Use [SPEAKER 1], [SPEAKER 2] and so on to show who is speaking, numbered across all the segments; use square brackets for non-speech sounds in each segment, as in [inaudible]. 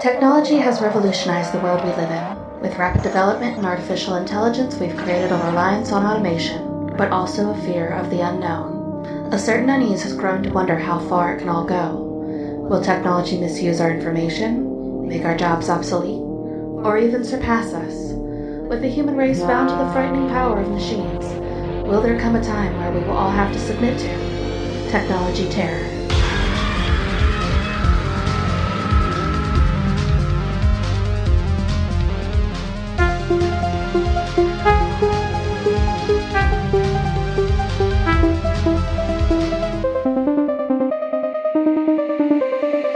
[SPEAKER 1] Technology has revolutionized the world we live in. With rapid development in artificial intelligence, we've created a reliance on automation, but also a fear of the unknown. A certain unease has grown to wonder how far it can all go. Will technology misuse our information, make our jobs obsolete, or even surpass us? With the human race bound to the frightening power of machines, will there come a time where we will all have to submit to technology terror?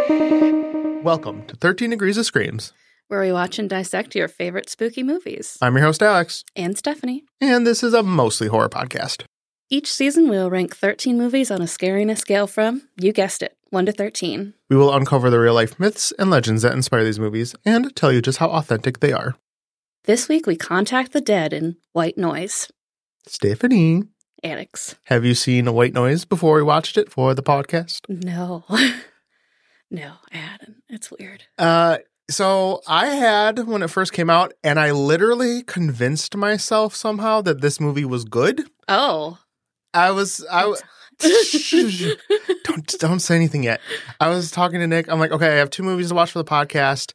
[SPEAKER 2] Welcome to 13 Degrees of Screams.
[SPEAKER 3] where we watch and dissect your favorite spooky movies.
[SPEAKER 2] I'm your host, Alex,
[SPEAKER 3] And Stephanie.
[SPEAKER 2] and this is a mostly horror podcast.
[SPEAKER 3] Each season, we'll rank 13 movies on a scariness scale from, you guessed it, 1 to 13.
[SPEAKER 2] We will uncover the real life myths and legends that inspire these movies and tell you just how authentic they are.
[SPEAKER 3] This week, we contact the dead in White Noise.
[SPEAKER 2] Stephanie,
[SPEAKER 3] Alex.
[SPEAKER 2] have you seen White Noise before we watched it for the podcast?
[SPEAKER 3] No. [laughs] no, I hadn't. It's weird.
[SPEAKER 2] Uh, so I had when it first came out, and I literally convinced myself somehow that this movie was good.
[SPEAKER 3] Oh.
[SPEAKER 2] I was, I, w-
[SPEAKER 3] It's hot.
[SPEAKER 2] [laughs] don't don't say anything yet. I was talking to Nick. I'm like, okay, I have two movies to watch for the podcast.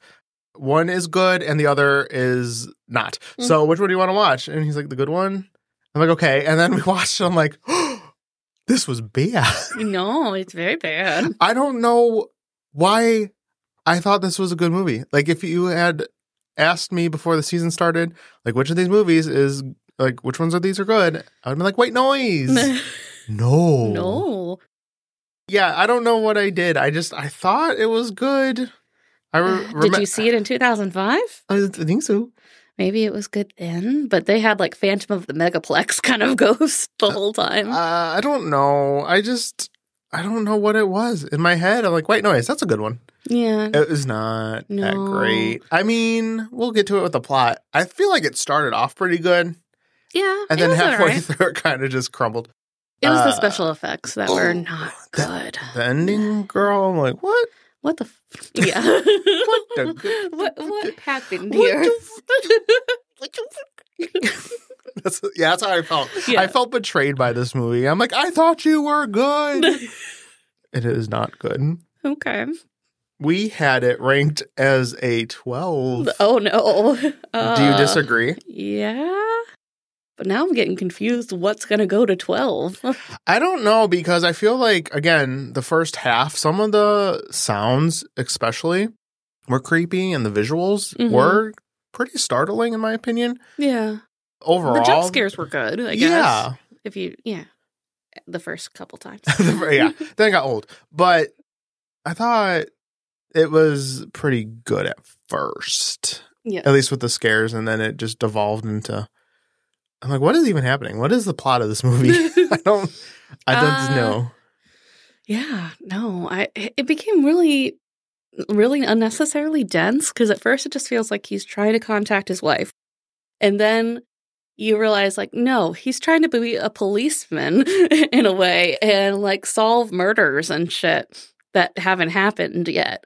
[SPEAKER 2] One is good, and the other is not. So which one do you want to watch? And he's like, the good one. I'm like, okay. And then we [laughs] watched. And I'm like, [gasps] this was bad. [laughs]
[SPEAKER 3] no, it's very bad.
[SPEAKER 2] I don't know why I thought this was a good movie. Like, if you had asked me before the season started, like, which of these movies is like, which ones of these are good? I would have been like, White
[SPEAKER 3] [laughs]
[SPEAKER 2] Noise. no,
[SPEAKER 3] no.
[SPEAKER 2] yeah, I don't know what I did. I just I thought it was good. I re-
[SPEAKER 3] [sighs] Did you see it in 2005?
[SPEAKER 2] I think so.
[SPEAKER 3] Maybe it was good then, but they had like Phantom of the Megaplex [laughs] kind of ghost the whole
[SPEAKER 2] Uh,
[SPEAKER 3] time.
[SPEAKER 2] I don't know. I just I don't know what it was in my head. I'm like, white noise. That's a good one.
[SPEAKER 3] yeah.
[SPEAKER 2] It was not that
[SPEAKER 3] Mm. No.
[SPEAKER 2] great. I mean, we'll get to it with the plot. I feel like it started off pretty good,
[SPEAKER 3] Yeah.
[SPEAKER 2] and
[SPEAKER 3] it
[SPEAKER 2] then
[SPEAKER 3] was all
[SPEAKER 2] halfway [laughs]
[SPEAKER 3] right.
[SPEAKER 2] through, it kind of just crumbled.
[SPEAKER 3] It was
[SPEAKER 2] uh,
[SPEAKER 3] the special effects that
[SPEAKER 2] oh,
[SPEAKER 3] were not
[SPEAKER 2] that-
[SPEAKER 3] good.
[SPEAKER 2] The ending, girl. I'm like, what? [laughs]
[SPEAKER 3] What the? F- yeah. [laughs] what,
[SPEAKER 2] the good-
[SPEAKER 3] what? What happened
[SPEAKER 2] What
[SPEAKER 3] here? [laughs]
[SPEAKER 2] That's, yeah, that's how I felt.
[SPEAKER 3] Yeah.
[SPEAKER 2] I felt betrayed by this movie. I'm like, I thought you were good.
[SPEAKER 3] [laughs]
[SPEAKER 2] it is not good.
[SPEAKER 3] okay.
[SPEAKER 2] We had it ranked as a 12.
[SPEAKER 3] Oh no.
[SPEAKER 2] Do you
[SPEAKER 3] [laughs] Uh,
[SPEAKER 2] disagree?
[SPEAKER 3] Yeah. But now I'm getting confused. What's gonna go to twelve? [laughs]
[SPEAKER 2] I don't know because I feel like, again, the first half, some of the sounds, especially, were creepy and the visuals
[SPEAKER 3] Mhm.
[SPEAKER 2] were pretty startling, in my opinion.
[SPEAKER 3] yeah.
[SPEAKER 2] Overall,
[SPEAKER 3] The jump scares were good. I guess.
[SPEAKER 2] Yeah. [laughs]
[SPEAKER 3] If you yeah, the first couple times.
[SPEAKER 2] The fir- yeah. Then it got old. But I thought it was pretty good at first,
[SPEAKER 3] [laughs] Yeah.
[SPEAKER 2] at least with the scares. And then it just devolved into. I'm like, what is even happening? What is the plot of this
[SPEAKER 3] [laughs]
[SPEAKER 2] movie? [laughs] I don't. I don't
[SPEAKER 3] Uh,
[SPEAKER 2] know.
[SPEAKER 3] Yeah, no, I it became really really unnecessarily dense because at first it just feels like he's trying to contact his wife. And then you realize like no, he's trying to be a policeman [laughs] in a way and like solve murders and shit that haven't happened yet.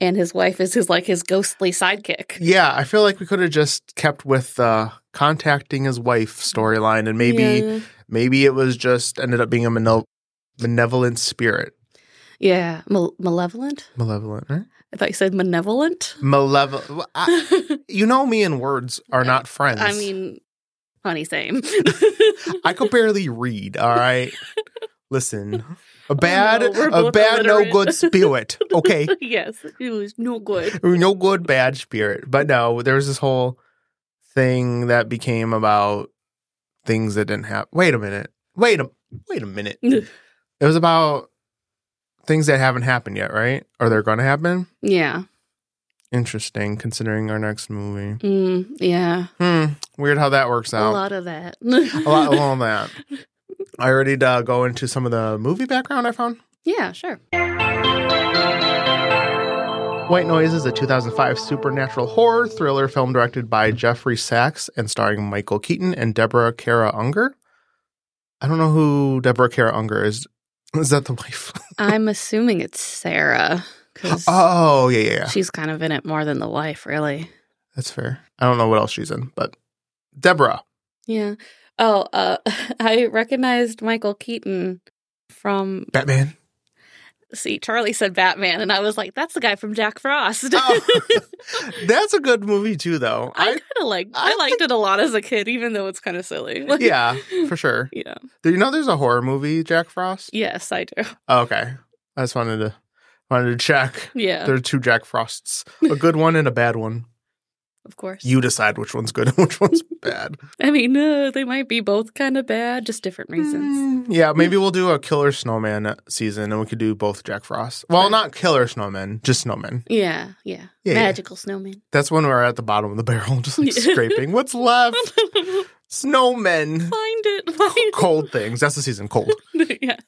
[SPEAKER 3] And his wife is his like his ghostly sidekick.
[SPEAKER 2] Yeah, I feel like we could have just kept with uh, contacting his wife storyline, and maybe
[SPEAKER 3] Yeah.
[SPEAKER 2] maybe it was just ended up being a mano- benevolent spirit,
[SPEAKER 3] Yeah, Mal- malevolent?
[SPEAKER 2] malevolent, right?
[SPEAKER 3] I thought you said malevolent.
[SPEAKER 2] Malevolent.
[SPEAKER 3] [laughs] I
[SPEAKER 2] you know, me and words are not friends.
[SPEAKER 3] mean, honey, same.
[SPEAKER 2] [laughs] I could barely read. All
[SPEAKER 3] [laughs]
[SPEAKER 2] right, listen, a bad,
[SPEAKER 3] no, we're
[SPEAKER 2] a
[SPEAKER 3] both
[SPEAKER 2] bad, no
[SPEAKER 3] illiterate.
[SPEAKER 2] good
[SPEAKER 3] [laughs]
[SPEAKER 2] spirit. Okay,
[SPEAKER 3] yes, it was no good.
[SPEAKER 2] no good, bad spirit. But no, there was this whole thing that became about things that didn't happen. Wait a minute. Wait a wait a minute. it was about things that haven't happened yet, right? Or they're going to happen.
[SPEAKER 3] Yeah.
[SPEAKER 2] Interesting, considering our next movie.
[SPEAKER 3] Mm, yeah.
[SPEAKER 2] Hmm. Weird how that works
[SPEAKER 3] A
[SPEAKER 2] out.
[SPEAKER 3] lot of that.
[SPEAKER 2] A
[SPEAKER 3] [laughs]
[SPEAKER 2] lot of um, all that. I already uh, go into some of the movie background I found.
[SPEAKER 3] yeah, sure.
[SPEAKER 2] White Noise is a 2005 supernatural horror thriller film directed by Jeffrey Sachs and starring Michael Keaton and Deborah Kara Unger. I don't know [laughs] who Deborah Kara Unger is. Is that the wife?
[SPEAKER 3] I'm assuming it's Sarah because
[SPEAKER 2] [laughs] Oh yeah, yeah, yeah.
[SPEAKER 3] she's kind of in it more than the wife, really.
[SPEAKER 2] That's fair. I don't know what else she's in, but Deborah.
[SPEAKER 3] Yeah. Oh, uh, [laughs] I recognized Michael Keaton from.
[SPEAKER 2] Batman.
[SPEAKER 3] See, Charlie said Batman, and I was like, "That's the guy from Jack Frost."
[SPEAKER 2] [laughs] [laughs] Oh. That's a good movie too though.
[SPEAKER 3] [laughs] I kind of like. I,
[SPEAKER 2] I
[SPEAKER 3] liked it a lot as a kid, even though it's kind of silly. Like,
[SPEAKER 2] yeah,
[SPEAKER 3] [laughs]
[SPEAKER 2] for sure.
[SPEAKER 3] Yeah.
[SPEAKER 2] Do you know there's a horror movie, Jack Frost?
[SPEAKER 3] Yes, I do.
[SPEAKER 2] Oh, okay. I just wanted to wanted to check.
[SPEAKER 3] Yeah.
[SPEAKER 2] There are two Jack Frosts. A good one and a bad one.
[SPEAKER 3] of course.
[SPEAKER 2] You decide which one's good [laughs] and which one's bad.
[SPEAKER 3] I mean, uh, they might be both kind of bad, just different reasons.
[SPEAKER 2] Mm, yeah, maybe we'll do a Killer Snowman season and we could do both Jack Frost. Well,
[SPEAKER 3] Right.
[SPEAKER 2] not Killer Snowmen, just Snowmen.
[SPEAKER 3] Yeah, yeah.
[SPEAKER 2] Yeah, yeah.
[SPEAKER 3] Magical snowman.
[SPEAKER 2] That's when we're at the bottom of the [laughs] barrel, just like
[SPEAKER 3] Yeah.
[SPEAKER 2] scraping. What's
[SPEAKER 3] [laughs]
[SPEAKER 2] left?
[SPEAKER 3] Find
[SPEAKER 2] Snowmen.
[SPEAKER 3] it. [laughs] Find
[SPEAKER 2] Cold things. That's the season. Cold.
[SPEAKER 3] it. [laughs] yes.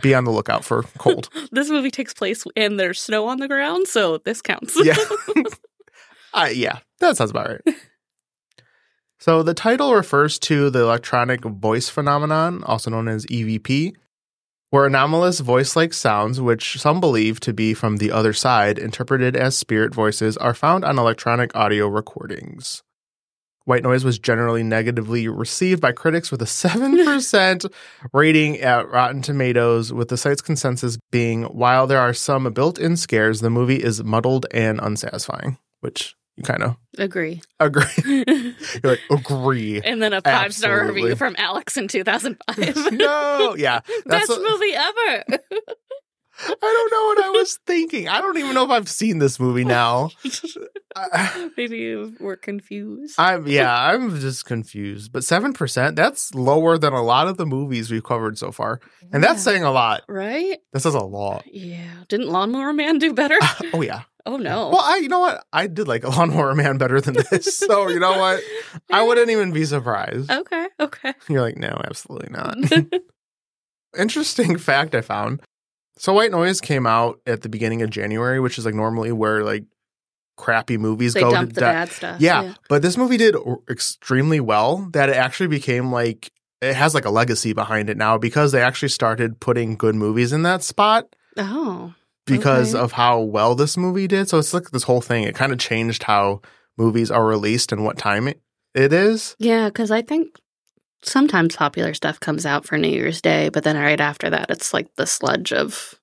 [SPEAKER 2] Be on the lookout for cold.
[SPEAKER 3] This movie takes place and there's snow on the ground, so this counts.
[SPEAKER 2] Yeah. I yeah, that sounds about right. So the title refers to the electronic voice phenomenon, also known as EVP, where anomalous voice-like sounds, which some believe to be from the other side, interpreted as spirit voices, are found on electronic audio recordings. White noise was generally negatively received by critics with a 7% rating at Rotten Tomatoes, with the site's consensus being while there are some built in scares, the movie is muddled and unsatisfying, which you kind of
[SPEAKER 3] [laughs]
[SPEAKER 2] [laughs]
[SPEAKER 3] Agree.
[SPEAKER 2] agree.
[SPEAKER 3] and
[SPEAKER 2] You're like,
[SPEAKER 3] [laughs]
[SPEAKER 2] agree.
[SPEAKER 3] then a five star
[SPEAKER 2] Absolutely.
[SPEAKER 3] review from Alex in 2005. [laughs]
[SPEAKER 2] no, [laughs] yeah. That's
[SPEAKER 3] Best
[SPEAKER 2] a-
[SPEAKER 3] movie ever.
[SPEAKER 2] I don't know what I was thinking. I don't even know if I've seen this movie now. [laughs] I,
[SPEAKER 3] Maybe you were confused.
[SPEAKER 2] I'm yeah, I'm just confused. But 7%, that's lower than a lot of the movies we've covered so far. And that's
[SPEAKER 3] Yeah.
[SPEAKER 2] saying a lot.
[SPEAKER 3] right?
[SPEAKER 2] That says a lot.
[SPEAKER 3] Yeah. Didn't Lawnmower Man
[SPEAKER 2] [laughs]
[SPEAKER 3] do better?
[SPEAKER 2] Oh yeah.
[SPEAKER 3] oh no.
[SPEAKER 2] Well, I you know what? I did like [laughs] Lawnmower Man better than this. So you know what?
[SPEAKER 3] [laughs]
[SPEAKER 2] I wouldn't even be surprised.
[SPEAKER 3] Okay, okay.
[SPEAKER 2] You're like, no, absolutely
[SPEAKER 3] [laughs]
[SPEAKER 2] not. [laughs] Interesting fact I found. So White Noise came out at the beginning of January, which is like normally where like crappy movies
[SPEAKER 3] they
[SPEAKER 2] go
[SPEAKER 3] dumped
[SPEAKER 2] to
[SPEAKER 3] the
[SPEAKER 2] di-
[SPEAKER 3] bad stuff.
[SPEAKER 2] Yeah, but this movie did r- extremely well that it actually became like it has like a legacy behind it now because they actually started putting good movies in that spot
[SPEAKER 3] Oh.
[SPEAKER 2] because
[SPEAKER 3] Okay.
[SPEAKER 2] of how well this movie did. So it's like this whole thing. It kind of changed how movies are released and what time it, it is.
[SPEAKER 3] Yeah, because I think sometimes popular stuff comes out for New Year's Day, but then right after that, it's like the sludge of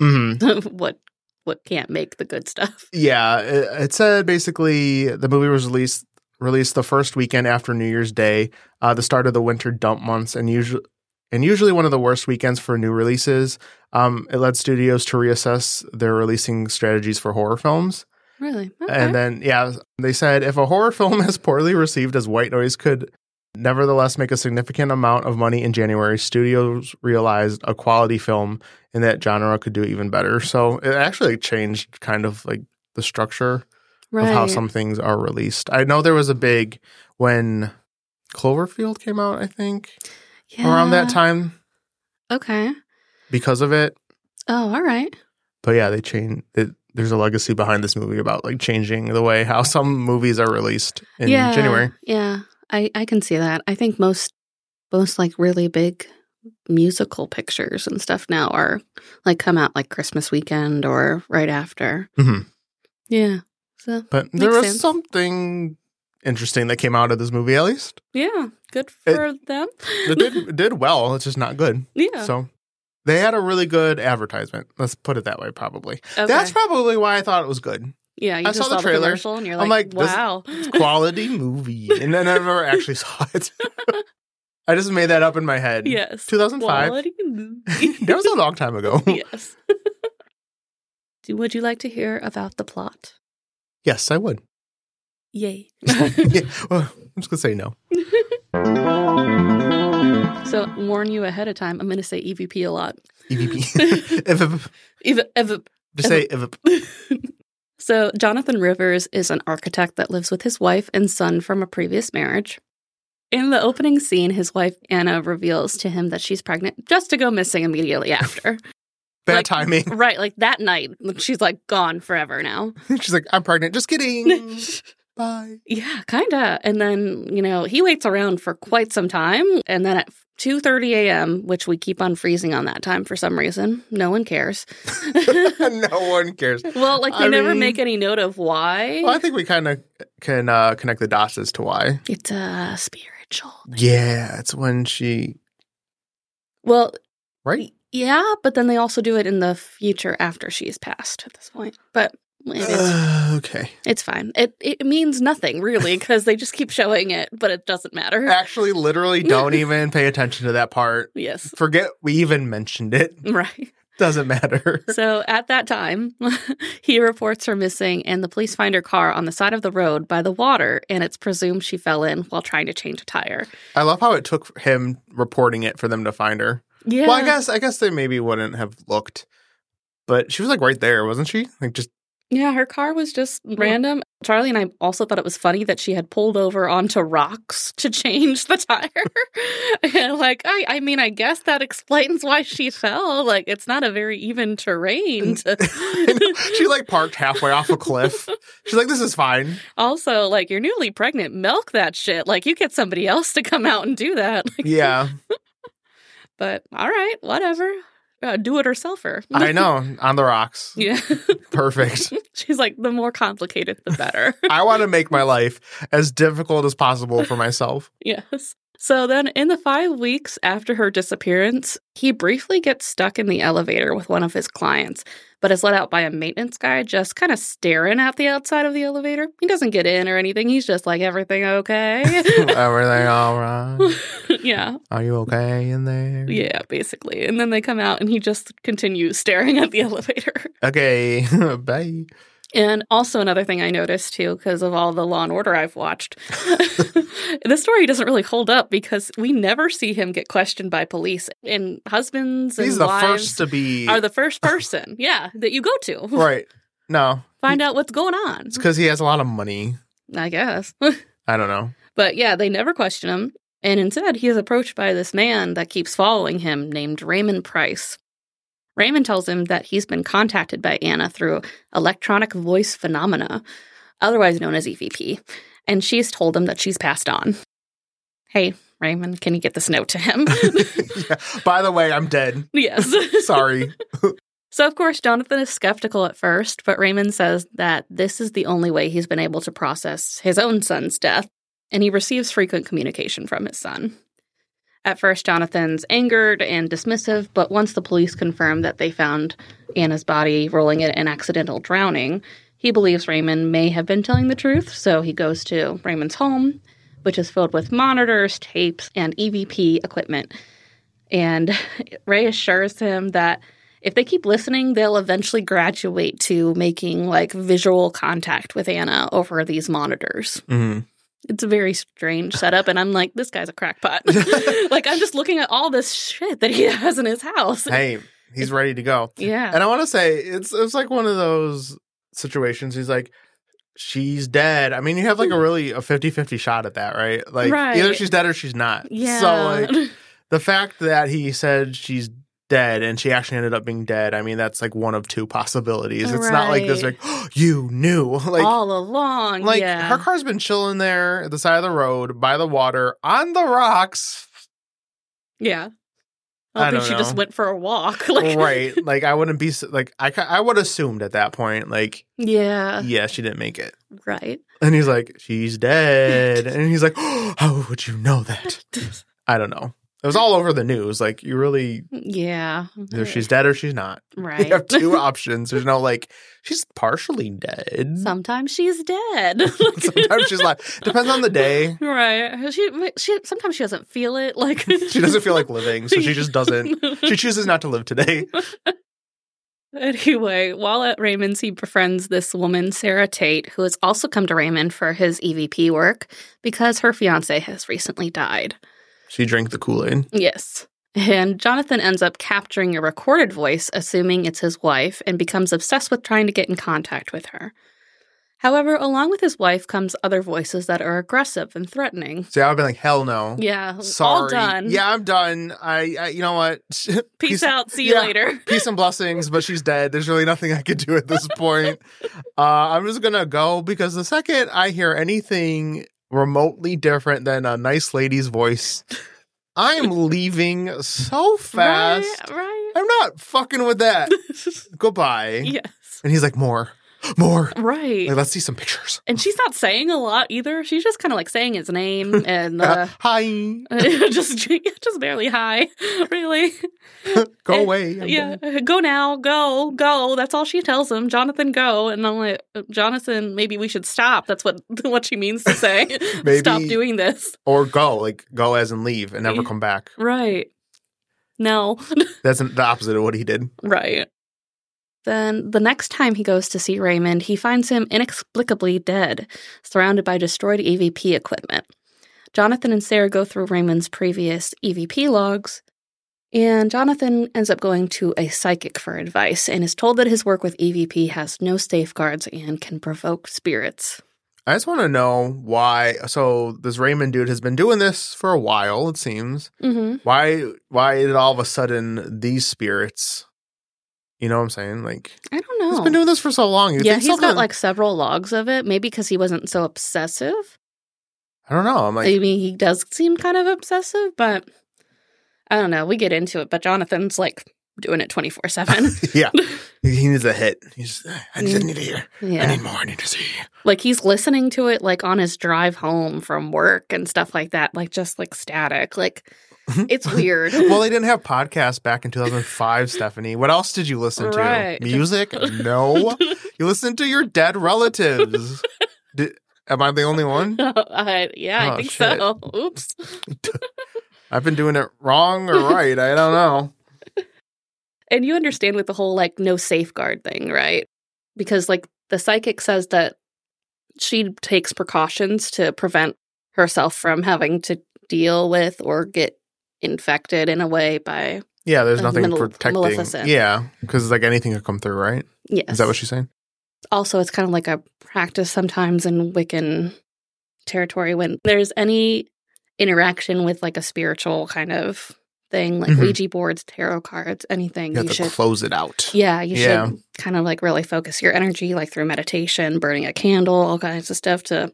[SPEAKER 2] hmm
[SPEAKER 3] [laughs] what what can't make the good stuff.
[SPEAKER 2] Yeah, it, it said basically the movie was released released the first weekend after New Year's Day, uh, the start of the winter dump months, and usually and usually one of the worst weekends for new releases. Um, it led studios to reassess their releasing strategies for horror films.
[SPEAKER 3] Really?
[SPEAKER 2] And then, yeah, they said if a horror film [laughs] is poorly received, as White Noise could nevertheless make a significant amount of money in January, studios realized a quality film in that genre could do even better. So it actually changed kind of like the structure
[SPEAKER 3] right.
[SPEAKER 2] of how some things are released. I know there was a big when Cloverfield came out, I think, around that
[SPEAKER 3] Yeah.
[SPEAKER 2] time
[SPEAKER 3] Okay.
[SPEAKER 2] because of it.
[SPEAKER 3] Oh, all right.
[SPEAKER 2] But yeah, they changed it. There's a legacy behind this movie about like changing the way how [laughs] some movies are released in
[SPEAKER 3] yeah.
[SPEAKER 2] January.
[SPEAKER 3] Yeah. I, I can see that. I think most most like really big musical pictures and stuff now are like come out like Christmas weekend or right after.
[SPEAKER 2] Mhm.
[SPEAKER 3] Yeah. So
[SPEAKER 2] But there
[SPEAKER 3] Makes
[SPEAKER 2] was
[SPEAKER 3] sense.
[SPEAKER 2] something interesting that came out of this movie, at least.
[SPEAKER 3] yeah, good for them.
[SPEAKER 2] It
[SPEAKER 3] [laughs]
[SPEAKER 2] did, it did well. It's just not good.
[SPEAKER 3] yeah.
[SPEAKER 2] So they had a really good advertisement. Let's put it that way, probably.
[SPEAKER 3] Okay.
[SPEAKER 2] That's probably why I thought it was good.
[SPEAKER 3] Yeah, you
[SPEAKER 2] I
[SPEAKER 3] just
[SPEAKER 2] saw
[SPEAKER 3] saw,
[SPEAKER 2] the
[SPEAKER 3] the,
[SPEAKER 2] trailer.
[SPEAKER 3] commercial and you're like,
[SPEAKER 2] I'm like, this-
[SPEAKER 3] wow. [laughs]
[SPEAKER 2] Quality movie. And then I never actually saw it. [laughs] I just made that up in my head.
[SPEAKER 3] yes.
[SPEAKER 2] 2005.
[SPEAKER 3] Quality movie.
[SPEAKER 2] [laughs] that was a long time
[SPEAKER 3] [laughs]
[SPEAKER 2] ago.
[SPEAKER 3] yes. Do, would you like to hear about the plot?
[SPEAKER 2] Yes, I
[SPEAKER 3] [laughs]
[SPEAKER 2] would. [laughs]
[SPEAKER 3] Yay. [laughs]
[SPEAKER 2] Yeah, well, I'm just going to say no.
[SPEAKER 3] so, warn you ahead of time, I'm going to say EVP a lot.
[SPEAKER 2] E
[SPEAKER 3] [laughs]
[SPEAKER 2] EVP. Evip.
[SPEAKER 3] Ev- ev-
[SPEAKER 2] Just say evip.
[SPEAKER 3] [laughs] so, Jonathan Rivers is an architect that lives with his wife and son from a previous marriage. In the opening scene, his wife Anna reveals to him that she's pregnant just to go missing immediately after. [laughs]
[SPEAKER 2] Bad
[SPEAKER 3] Like-
[SPEAKER 2] timing. [laughs]
[SPEAKER 3] right, like that night, she's like gone forever now. [laughs]
[SPEAKER 2] She's like, I'm pregnant. Just kidding. Bye.
[SPEAKER 3] Yeah, kind of. And then, you know, he waits around for quite some time. And then at 2.30 a.m., which we keep on freezing on that time for some reason, no
[SPEAKER 2] [laughs]
[SPEAKER 3] one cares. [laughs]
[SPEAKER 2] no one cares.
[SPEAKER 3] well, like, they
[SPEAKER 2] I
[SPEAKER 3] never
[SPEAKER 2] mean-
[SPEAKER 3] make any note of why.
[SPEAKER 2] Well, I think we kind of can uh, connect the dots as to why.
[SPEAKER 3] It's uh, spiritual.
[SPEAKER 2] Yeah, it's when she
[SPEAKER 3] Well,
[SPEAKER 2] right.
[SPEAKER 3] yeah, but then they also do it in the future after she's passed at this point. But it's,
[SPEAKER 2] Uh, okay.
[SPEAKER 3] it's fine. It, it means nothing, really, because they just keep showing it, but it doesn't matter.
[SPEAKER 2] Actually, literally,
[SPEAKER 3] [laughs]
[SPEAKER 2] don't even pay attention to that part.
[SPEAKER 3] Yes.
[SPEAKER 2] Forget we even mentioned it. [laughs]
[SPEAKER 3] Right.
[SPEAKER 2] Doesn't matter.
[SPEAKER 3] So at that time, [laughs] he reports her missing, and the police find her car on the side of the road by the water, and it's presumed she fell in while trying to change a tire.
[SPEAKER 2] I love how it took him reporting it for them to find her.
[SPEAKER 3] Yeah.
[SPEAKER 2] Well, I guess I guess they maybe wouldn't have looked, but she was like right there, wasn't she? Like just [laughs]
[SPEAKER 3] Yeah, her car was just
[SPEAKER 2] Mm-hmm.
[SPEAKER 3] random. Charlie and I also thought it was funny that she had pulled over onto rocks to change the tire. [laughs] and like, I, I mean, I guess that explains why she fell. Like, it's not a very even terrain.
[SPEAKER 2] Mm. [laughs] I know.
[SPEAKER 3] To...
[SPEAKER 2] she like parked halfway off a cliff. She's like, "This is fine."
[SPEAKER 3] [laughs] also, like, you're newly pregnant. Milk that shit. Like, you get somebody else to come out and do that. Like, [laughs]
[SPEAKER 2] Yeah,
[SPEAKER 3] But all right, whatever. Uh, do it herselfer. [laughs]
[SPEAKER 2] I know. On the rocks,
[SPEAKER 3] yeah.
[SPEAKER 2] perfect.
[SPEAKER 3] [laughs] She's like, the more complicated, the better.
[SPEAKER 2] I want to make my life as difficult as possible for
[SPEAKER 3] [laughs]
[SPEAKER 2] myself.
[SPEAKER 3] yes. So then, in the five weeks after her disappearance, he briefly gets stuck in the elevator with one of his clients, but is let out by a maintenance guy just kind of staring at the outside of the elevator. He doesn't get in or anything. He's just like, everything okay? [laughs]
[SPEAKER 2] Everything all right?
[SPEAKER 3] yeah.
[SPEAKER 2] Are you okay in there?
[SPEAKER 3] Yeah, basically. And then they come out and he just continues staring at the [laughs] elevator.
[SPEAKER 2] Okay. [laughs] Bye.
[SPEAKER 3] And also another thing I noticed too, because of all the Law and Order I've watched, [laughs] this story doesn't really hold up because we never see him get questioned by police, and husbands and
[SPEAKER 2] He's the
[SPEAKER 3] wives
[SPEAKER 2] first to be
[SPEAKER 3] are the [laughs] first person, yeah, that you go
[SPEAKER 2] [laughs]
[SPEAKER 3] to
[SPEAKER 2] right. No,
[SPEAKER 3] find out what's going on.
[SPEAKER 2] it's because he has a lot of money.
[SPEAKER 3] I guess,
[SPEAKER 2] I don't
[SPEAKER 3] [laughs]
[SPEAKER 2] know.
[SPEAKER 3] but yeah, they never question him, and instead he is approached by this man that keeps following him named Raymond Price. Raymond tells him that he's been contacted by Anna through electronic voice phenomena, otherwise known as EVP, and she's told him that she's passed on. Hey, Raymond, can you get this note to him? [laughs]
[SPEAKER 2] yeah. By the way, I'm dead.
[SPEAKER 3] yes. [laughs]
[SPEAKER 2] Sorry.
[SPEAKER 3] So, of course, Jonathan is skeptical at first, but Raymond says that this is the only way he's been able to process his own son's death, and he receives frequent communication from his son. At first, Jonathan's angered and dismissive, but once the police confirm that they found Anna's body rolling in an accidental drowning, he believes Raymond may have been telling the truth, so he goes to Raymond's home, which is filled with monitors, tapes, and EVP equipment. And Ray assures him that if they keep listening, they'll eventually graduate to making like visual contact with Anna over these monitors.
[SPEAKER 2] Mhm.
[SPEAKER 3] It's a very strange setup. And I'm like, this guy's
[SPEAKER 2] [laughs]
[SPEAKER 3] a crackpot. [laughs] like, I'm just looking at all this shit that he has in his house.
[SPEAKER 2] Hey, he's ready to go.
[SPEAKER 3] yeah.
[SPEAKER 2] And I want to say it's it's like one of those situations. He's like, she's dead. I mean, you have like a really a 50-50 shot at that, right? Like
[SPEAKER 3] Hmm. Right.
[SPEAKER 2] either she's dead or she's not.
[SPEAKER 3] Yeah.
[SPEAKER 2] So like
[SPEAKER 3] [laughs]
[SPEAKER 2] the fact that he said she's dead and she actually ended up being dead. I mean, that's like one of two possibilities. It's not like this
[SPEAKER 3] Right.
[SPEAKER 2] like [gasps] you knew [laughs] like.
[SPEAKER 3] all along.
[SPEAKER 2] like
[SPEAKER 3] yeah.
[SPEAKER 2] her car's been chilling there at the side of the road by the water on the rocks
[SPEAKER 3] yeah.
[SPEAKER 2] I
[SPEAKER 3] I think
[SPEAKER 2] don't
[SPEAKER 3] she just
[SPEAKER 2] know.
[SPEAKER 3] went for a walk. [laughs] [laughs] Like,
[SPEAKER 2] right like i wouldn't be s- like i ca- i would assumed at that point like
[SPEAKER 3] Yeah.
[SPEAKER 2] yeah she didn't make it
[SPEAKER 3] Right.
[SPEAKER 2] and he's like she's dead
[SPEAKER 3] [laughs]
[SPEAKER 2] and he's like [gasps] how would you know that i don't know it was all over the news like you really
[SPEAKER 3] yeah.
[SPEAKER 2] either she's dead or she's not
[SPEAKER 3] right.
[SPEAKER 2] you have
[SPEAKER 3] [laughs]
[SPEAKER 2] two options there's no like she's partially dead
[SPEAKER 3] [laughs] Sometimes she's dead.
[SPEAKER 2] [laughs] sometimes she's like depends on the day
[SPEAKER 3] [laughs] Right. She she sometimes she doesn't feel it like
[SPEAKER 2] [laughs] she doesn't feel
[SPEAKER 3] [laughs]
[SPEAKER 2] like living so she just doesn't she chooses not to live today
[SPEAKER 3] anyway, while at Raymond's, he befriends this woman, Sarah Tate, who has also come to Raymond for his EVP work because her fiance has recently died.
[SPEAKER 2] she drank the kool-aid
[SPEAKER 3] Yes. And Jonathan ends up capturing a recorded voice, assuming it's his wife, and becomes obsessed with trying to get in contact with her. However, along with his wife comes other voices that are aggressive and threatening.
[SPEAKER 2] See, I would have been like, hell no.
[SPEAKER 3] Yeah,
[SPEAKER 2] Sorry.
[SPEAKER 3] all done.
[SPEAKER 2] Yeah, I'm done. I, I you know what? [laughs] Peace,
[SPEAKER 3] peace, out. See you
[SPEAKER 2] yeah.
[SPEAKER 3] later.
[SPEAKER 2] Peace and blessings, but she's dead. There's really nothing I could do at this point. Uh, I'm just gonna go because the second I hear anything remotely different than a nice lady's voice, I'm leaving so [laughs] fast.
[SPEAKER 3] Right.
[SPEAKER 2] I'm not fucking with
[SPEAKER 3] [laughs]
[SPEAKER 2] that. [laughs]
[SPEAKER 3] right.
[SPEAKER 2] Goodbye.
[SPEAKER 3] yes.
[SPEAKER 2] And he's like, more, more.
[SPEAKER 3] Right.
[SPEAKER 2] Like, let's see some pictures.
[SPEAKER 3] And she's not saying a lot either. She's just kind of like saying his
[SPEAKER 2] [laughs]
[SPEAKER 3] name and uh, [laughs]
[SPEAKER 2] Hi.
[SPEAKER 3] just [laughs] just barely hi. [laughs] Really.
[SPEAKER 2] Go away. I'm
[SPEAKER 3] yeah.
[SPEAKER 2] dead.
[SPEAKER 3] [laughs] Go now. Go. Go. That's all she tells him. Jonathan, go. And I'm like, Jonathan, maybe we should stop. That's what [laughs] what she means to say.
[SPEAKER 2] [laughs] Maybe-
[SPEAKER 3] Stop doing this.
[SPEAKER 2] Or go, like go as and leave and never
[SPEAKER 3] Yeah.
[SPEAKER 2] come back.
[SPEAKER 3] Right. No.
[SPEAKER 2] That's the opposite of what he did.
[SPEAKER 3] Right. Then the next time he goes to see Raymond, he finds him inexplicably dead, surrounded by destroyed EVP equipment. Jonathan and Sarah go through Raymond's previous EVP logs, and Jonathan ends up going to a psychic for advice and is told that his work with EVP has no safeguards and can provoke spirits.
[SPEAKER 2] I just want to know why. So this Raymond dude has been doing this for a while. It seems
[SPEAKER 3] Mm-hmm.
[SPEAKER 2] why why did all of a sudden these spirits? You know what I'm saying? Like
[SPEAKER 3] I don't know.
[SPEAKER 2] he's been doing this for so long. You
[SPEAKER 3] Oh. yeah,
[SPEAKER 2] think
[SPEAKER 3] he's got
[SPEAKER 2] something-
[SPEAKER 3] like several logs of it, maybe because he wasn't so obsessive.
[SPEAKER 2] I don't know. I'm like
[SPEAKER 3] I mean, he does seem kind of obsessive, but I don't know. We get into it, but Jonathan's like doing it 24 [laughs] 7.
[SPEAKER 2] [laughs] yeah, he needs a hit. He's I just need to hear. I
[SPEAKER 3] Mm. Yeah.
[SPEAKER 2] need more. I need to see. [laughs]
[SPEAKER 3] Like he's listening to it like on his drive home from work and stuff like that, like just like static. Like it's weird.
[SPEAKER 2] [laughs] Well,
[SPEAKER 3] [laughs]
[SPEAKER 2] they didn't have podcasts back in 2005, Stephanie. What else did you listen
[SPEAKER 3] Right.
[SPEAKER 2] to? Music? No.
[SPEAKER 3] [laughs]
[SPEAKER 2] you listened to your dead relatives. Did, am I the only one?
[SPEAKER 3] Uh, yeah, I
[SPEAKER 2] Oh,
[SPEAKER 3] think
[SPEAKER 2] shit.
[SPEAKER 3] so. Oops.
[SPEAKER 2] I've been doing it wrong or right. I don't know.
[SPEAKER 3] And you understand with the whole like no safeguard thing, right? Because like the psychic says that she takes precautions to prevent herself from having to deal with or get infected in a way by
[SPEAKER 2] Yeah, there's
[SPEAKER 3] Uh,
[SPEAKER 2] nothing
[SPEAKER 3] Male-
[SPEAKER 2] protecting.
[SPEAKER 3] Maleficent.
[SPEAKER 2] Yeah, because like anything could come through, right?
[SPEAKER 3] yes.
[SPEAKER 2] Is that what she's saying?
[SPEAKER 3] also it's kind of like a practice sometimes in Wiccan territory when there's any interaction with like a spiritual kind of thing, like
[SPEAKER 2] Mhm.
[SPEAKER 3] Ouija boards, tarot cards, anything,
[SPEAKER 2] You have
[SPEAKER 3] you
[SPEAKER 2] to
[SPEAKER 3] should
[SPEAKER 2] close it out.
[SPEAKER 3] Yeah, you
[SPEAKER 2] Yeah.
[SPEAKER 3] should kind of like really focus your energy, like through meditation, burning a candle, all kinds of stuff to,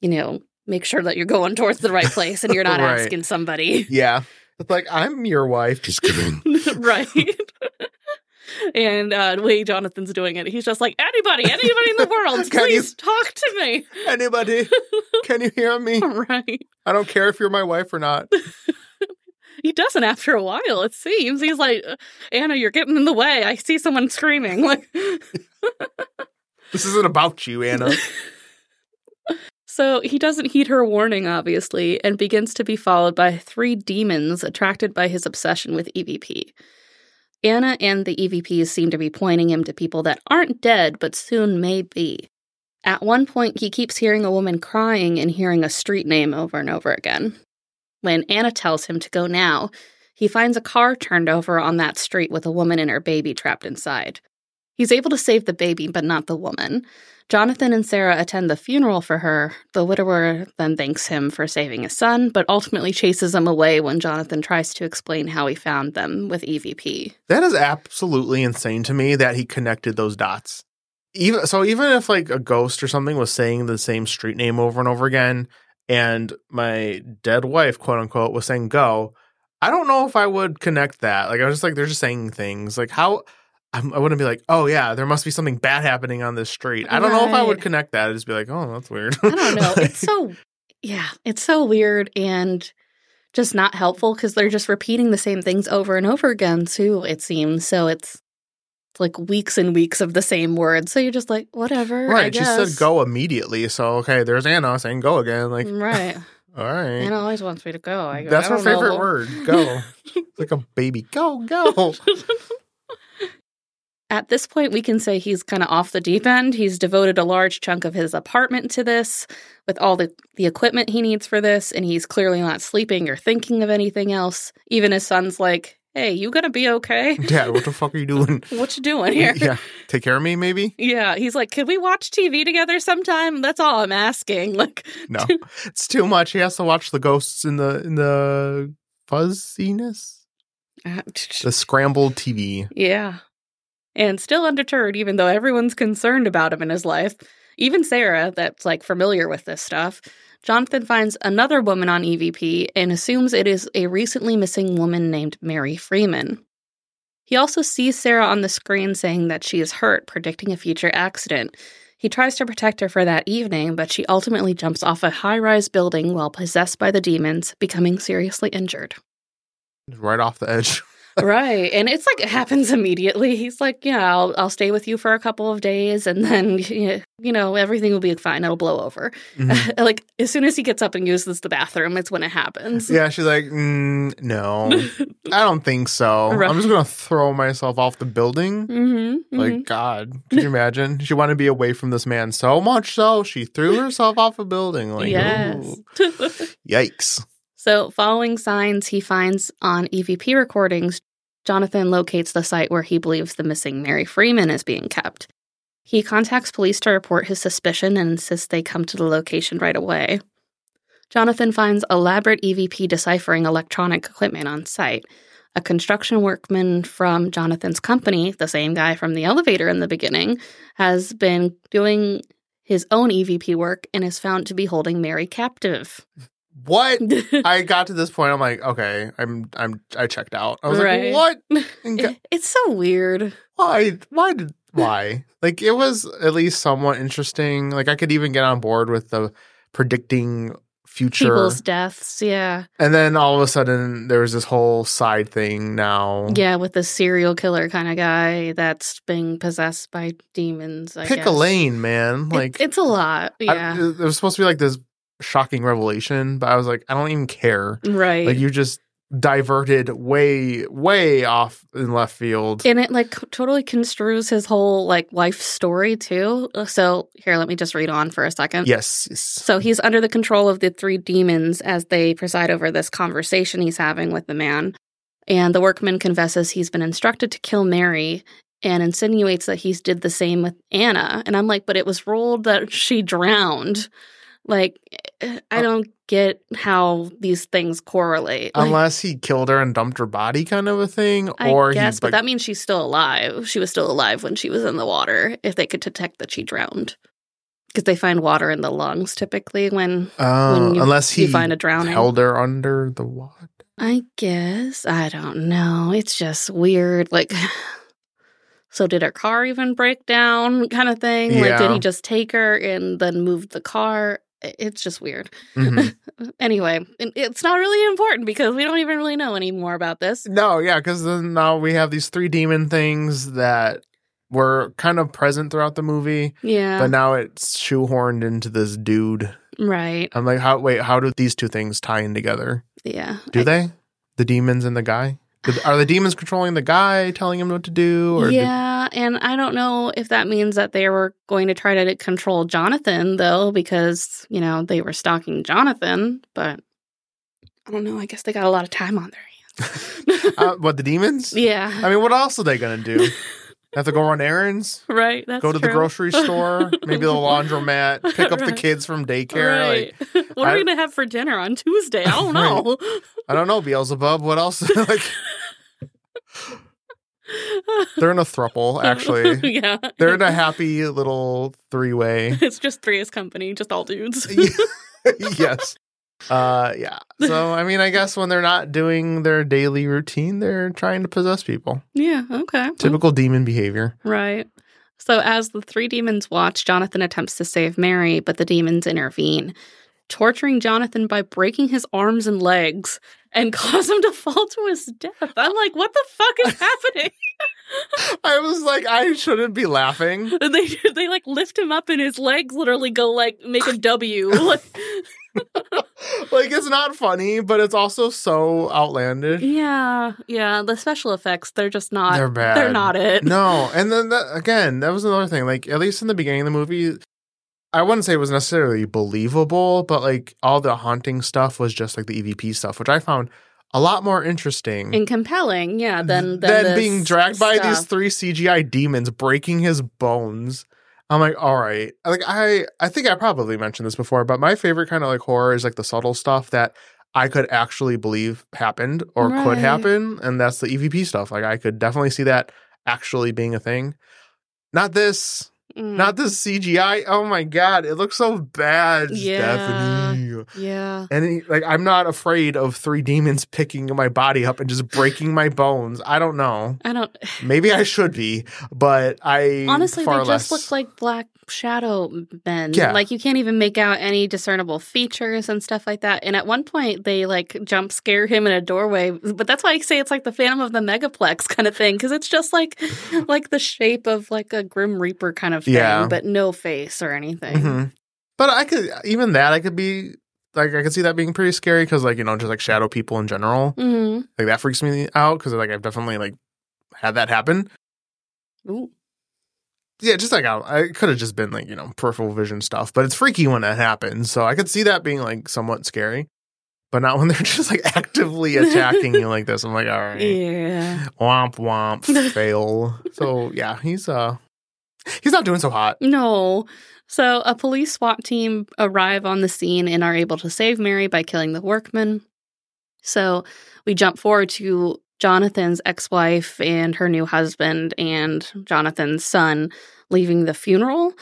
[SPEAKER 3] you know, make sure that you're going towards the right place and you're
[SPEAKER 2] [laughs]
[SPEAKER 3] not
[SPEAKER 2] Right.
[SPEAKER 3] asking somebody. [laughs]
[SPEAKER 2] Yeah. It's like, I'm your wife. Just kidding.
[SPEAKER 3] right. and uh, the way Jonathan's doing it, he's just like, anybody, anybody in the
[SPEAKER 2] [laughs]
[SPEAKER 3] world,
[SPEAKER 2] Can you-
[SPEAKER 3] please talk to me.
[SPEAKER 2] [laughs]
[SPEAKER 3] [laughs]
[SPEAKER 2] Anybody, can you hear me?
[SPEAKER 3] right.
[SPEAKER 2] I don't care if you're my wife or not.
[SPEAKER 3] He doesn't after a while, it seems. He's like, Anna, you're getting in the way. I see someone screaming. [laughs] Like,
[SPEAKER 2] This isn't about you, Anna.
[SPEAKER 3] So he doesn't heed her warning, obviously, and begins to be followed by three demons attracted by his obsession with EVP. Anna and the EVPs seem to be pointing him to people that aren't dead but soon may be. At one point, he keeps hearing a woman crying and hearing a street name over and over again. When Anna tells him to go now, he finds a car turned over on that street with a woman and her baby trapped inside. He's able to save the baby, but not the woman. Jonathan and Sarah attend the funeral for her. The widower then thanks him for saving his son, but ultimately chases him away when Jonathan tries to explain how he found them with E EVP.
[SPEAKER 2] That is absolutely insane to me that he connected those dots. Even so, even if like a ghost or something was saying the same street name over and over again, and my dead wife, quote unquote, was saying go, I don't know if I would connect that. Like I was just like, they're just saying things. Like how I'm, I wouldn't be like, oh yeah, there must be something bad happening on this street. I don't know if I would
[SPEAKER 3] Right.
[SPEAKER 2] connect that. I'd just be like, oh, that's weird.
[SPEAKER 3] I
[SPEAKER 2] [laughs]
[SPEAKER 3] don't know. It's so, yeah, it's so weird and just not helpful because they're just repeating the same things over and over again, too, it seems. So it's it's like weeks and weeks of the same words. So you're just like, whatever. I
[SPEAKER 2] right. She
[SPEAKER 3] guess.
[SPEAKER 2] said go immediately. So okay, there's Anna saying go again. Like [laughs]
[SPEAKER 3] right.
[SPEAKER 2] all right.
[SPEAKER 3] Anna always wants me to go. I,
[SPEAKER 2] That's her
[SPEAKER 3] I don't know.
[SPEAKER 2] favorite word.
[SPEAKER 3] [laughs]
[SPEAKER 2] Go. It's like a baby. Go, go.
[SPEAKER 3] At this point, we can say he's kind of off the deep end. He's devoted a large chunk of his apartment to this with all the, the equipment he needs for this, and he's clearly not sleeping or thinking of anything else. Even his son's like, hey, you gonna
[SPEAKER 2] [laughs]
[SPEAKER 3] be okay?
[SPEAKER 2] Dad, what the fuck are you doing?
[SPEAKER 3] What you doing here?
[SPEAKER 2] Yeah. Take care of me, maybe?
[SPEAKER 3] Yeah, he's like, can we watch TV together sometime? That's all I'm asking. Like, [laughs]
[SPEAKER 2] No. it's too much. He has to watch the ghosts in the in the fuzziness.
[SPEAKER 3] uh,
[SPEAKER 2] The scrambled TV.
[SPEAKER 3] yeah. And still undeterred, even though everyone's concerned about him in his life, even Sarah, that's like familiar with this stuff, Jonathan finds another woman on EVP and assumes it is a recently missing woman named Mary Freeman. He also sees Sarah on the screen saying that she is hurt, predicting a future accident. He tries to protect her for that evening, but she ultimately jumps off a high rise building while possessed by the demons, becoming seriously injured.
[SPEAKER 2] Right off the edge.
[SPEAKER 3] right and it's like it happens immediately he's like yeah i'll, I'll stay with you for a couple of days and then [laughs] you know everything will be fine it'll blow over [laughs]
[SPEAKER 2] Mhm.
[SPEAKER 3] like as soon as he gets up and uses the bathroom it's when it happens
[SPEAKER 2] Yeah, she's like, mm, no, I don't think so.
[SPEAKER 3] Right.
[SPEAKER 2] I'm just gonna throw myself off the building.
[SPEAKER 3] hmm
[SPEAKER 2] Like, God, could you imagine? She wanted to be away from this man so much so she threw herself off a building. Like,
[SPEAKER 3] yes
[SPEAKER 2] ooh,
[SPEAKER 3] [laughs]
[SPEAKER 2] yikes.
[SPEAKER 3] so following signs he finds on evp recordings jonathan locates the site where he believes the missing mary freeman is being kept he contacts police to report his suspicion and insists they come to the location right away Jonathan finds elaborate EVP deciphering electronic equipment on site. A construction workman from Jonathan's company, the same guy from the elevator in the beginning, has been doing his own EVP work and is found to be holding Mary captive.
[SPEAKER 2] What? I got to this point. I'm like, okay, I'm, I'm, I checked out. I was
[SPEAKER 3] Right.
[SPEAKER 2] like, what?
[SPEAKER 3] [laughs]
[SPEAKER 2] And go-
[SPEAKER 3] it's so weird.
[SPEAKER 2] why? Why did? Why? Like, it was at least somewhat interesting. Like, I could even get on board with the predicting future.
[SPEAKER 3] People's deaths, yeah.
[SPEAKER 2] And then all of a sudden, there was this whole side thing now.
[SPEAKER 3] Yeah, with the serial killer kind of guy that's being possessed by demons. I
[SPEAKER 2] Pick
[SPEAKER 3] guess.
[SPEAKER 2] a lane, man.
[SPEAKER 3] It-
[SPEAKER 2] Like,
[SPEAKER 3] it's a lot.
[SPEAKER 2] I-
[SPEAKER 3] Yeah.
[SPEAKER 2] it was supposed to be like this shocking revelation, but I was like, I don't even care.
[SPEAKER 3] right.
[SPEAKER 2] Like, you just diverted way, way off in left field.
[SPEAKER 3] And it like totally construes his whole like life story too. So here, let me just read on for a second.
[SPEAKER 2] yes. yes.
[SPEAKER 3] So he's under the control of the three demons as they preside over this conversation he's having with the man. And the workman confesses he's been instructed to kill Mary and insinuates that he's did the same with Anna. And I'm like, but it was ruled that she drowned. Like, eh, I don't get how these things correlate. Like,
[SPEAKER 2] Unless he killed her and dumped her body, kind of a thing,
[SPEAKER 3] I
[SPEAKER 2] or
[SPEAKER 3] guess,
[SPEAKER 2] he's
[SPEAKER 3] but
[SPEAKER 2] like,
[SPEAKER 3] that means she's still alive. She was still alive when she was in the water. If they could detect that she drowned, because they find water in the lungs typically when
[SPEAKER 2] uh,
[SPEAKER 3] when you-
[SPEAKER 2] unless he
[SPEAKER 3] you find a drowning.
[SPEAKER 2] held her under the water.
[SPEAKER 3] I guess I don't know. It's just weird. Like, [sighs] so did her car even break down? Kind of thing. Like, did
[SPEAKER 2] Yeah.
[SPEAKER 3] he just take her and then move the car? I- It's just weird. Mm-hmm.
[SPEAKER 2] Mhm.
[SPEAKER 3] Anyway, and it's not really important because we don't even really know any more about this.
[SPEAKER 2] [laughs] no, yeah, because then now we have these three demon things that were kind of present throughout the movie, but
[SPEAKER 3] Yeah.
[SPEAKER 2] now it's shoehorned into this dude.
[SPEAKER 3] right.
[SPEAKER 2] I'm like, how? Wait, how do these two things tie in together?
[SPEAKER 3] Yeah.
[SPEAKER 2] Do
[SPEAKER 3] I-
[SPEAKER 2] they? The demons and the guy. Do- Are the demons controlling the guy, telling him what to do? Or do-
[SPEAKER 3] yeah, and I don't know if that means that they were going to try to control Jonathan, though, because, you know, they were stalking Jonathan, but I don't know. I guess they got a lot of time on
[SPEAKER 2] [laughs]
[SPEAKER 3] their hands. [laughs]
[SPEAKER 2] uh, what the demons?
[SPEAKER 3] yeah.
[SPEAKER 2] I mean, what else are they gonna
[SPEAKER 3] [laughs]
[SPEAKER 2] do? Have to go run errands,
[SPEAKER 3] right. That's
[SPEAKER 2] go to the
[SPEAKER 3] true. [laughs]
[SPEAKER 2] grocery store, maybe the laundromat, pick up the
[SPEAKER 3] Right.
[SPEAKER 2] kids from daycare.
[SPEAKER 3] Right. [laughs]
[SPEAKER 2] Like,
[SPEAKER 3] what are
[SPEAKER 2] I-
[SPEAKER 3] we going to have for dinner on Tuesday? I
[SPEAKER 2] [laughs] Right.
[SPEAKER 3] don't know.
[SPEAKER 2] I don't know, Beelzebub. What else? [laughs] like,
[SPEAKER 3] [laughs]
[SPEAKER 2] they're in a thruple. Actually,
[SPEAKER 3] yeah.
[SPEAKER 2] they're in a happy little three-way.
[SPEAKER 3] [laughs]
[SPEAKER 2] [laughs]
[SPEAKER 3] It's just three as company, just all dudes.
[SPEAKER 2] yes. Uh, yeah. So, I mean, I guess when they're not doing their daily routine, they're trying to possess people.
[SPEAKER 3] [laughs] yeah. Okay.
[SPEAKER 2] Typical demon behavior. [laughs]
[SPEAKER 3] Right. So, as the three demons watch, Jonathan attempts to save Mary, but the demons intervene, torturing Jonathan by breaking his arms and legs and [laughs] cause him to fall to his death. I'm like, what the fuck [laughs] is happening?
[SPEAKER 2] I was like, I shouldn't be laughing.
[SPEAKER 3] And they they like lift him up and his legs literally go like make a W. [laughs] Like,
[SPEAKER 2] Like, it's not funny, but it's also so outlandish.
[SPEAKER 3] yeah, yeah. The special effects they're just not
[SPEAKER 2] They're bad.
[SPEAKER 3] They're not it.
[SPEAKER 2] No. And then that, again, that was another thing. Like, at least in the beginning of the movie, I wouldn't say it was necessarily believable, but like all the haunting E stuff was just like the EVP stuff, which I found a lot more interesting
[SPEAKER 3] and compelling, yeah, than than,
[SPEAKER 2] than
[SPEAKER 3] this
[SPEAKER 2] being dragged by these
[SPEAKER 3] stuff.
[SPEAKER 2] three CGI demons breaking his bones. I'm like, all right. Like I I think I probably mentioned this before, but my favorite kind of like horror is like the subtle stuff that I could actually believe happened or could
[SPEAKER 3] Right.
[SPEAKER 2] happen, and that's the EVP stuff. Like I could definitely see that actually being a thing. Not this,
[SPEAKER 3] Mm,
[SPEAKER 2] not this CGI. Oh my god, it looks so bad,
[SPEAKER 3] Yeah.
[SPEAKER 2] Stephanie.
[SPEAKER 3] yeah.
[SPEAKER 2] And he- like I'm not afraid of three demons picking my body up and just breaking my bones. I don't know.
[SPEAKER 3] I don't.
[SPEAKER 2] Maybe I should be, but I
[SPEAKER 3] Honestly, they
[SPEAKER 2] far less-
[SPEAKER 3] just look like black shadow men.
[SPEAKER 2] Yeah.
[SPEAKER 3] Like you can't even make out any discernible features and stuff like that. And at one point, they like jump scare him in a doorway. But that's why I say it's like the Phantom of the Megaplex [laughs] kind of thing because it's
[SPEAKER 2] [laughs]
[SPEAKER 3] just like like the shape of like a Grim Reaper kind of thing,
[SPEAKER 2] Yeah.
[SPEAKER 3] but no face or anything.
[SPEAKER 2] Mhm. But I could even that I could be like I could see that being pretty scary because like you know just like shadow people in general
[SPEAKER 3] Mhm.
[SPEAKER 2] like that freaks me out because like I've definitely like had that happen.
[SPEAKER 3] Ooh.
[SPEAKER 2] Yeah, just like I, I could have just been like you know peripheral vision stuff, but it's freaky when that happens. So I could see that being like somewhat scary, but not when they're [laughs] just like actively attacking you like this. I'm like, all right.
[SPEAKER 3] Yeah.
[SPEAKER 2] Womp womp
[SPEAKER 3] [laughs]
[SPEAKER 2] fail. so yeah, he's uh he's not doing so hot.
[SPEAKER 3] No. So a police SWAT team arrive on the scene and are able to save Mary by killing the workman. So we jump forward to Jonathan's ex wife and her new husband and Jonathan's son leaving the funeral.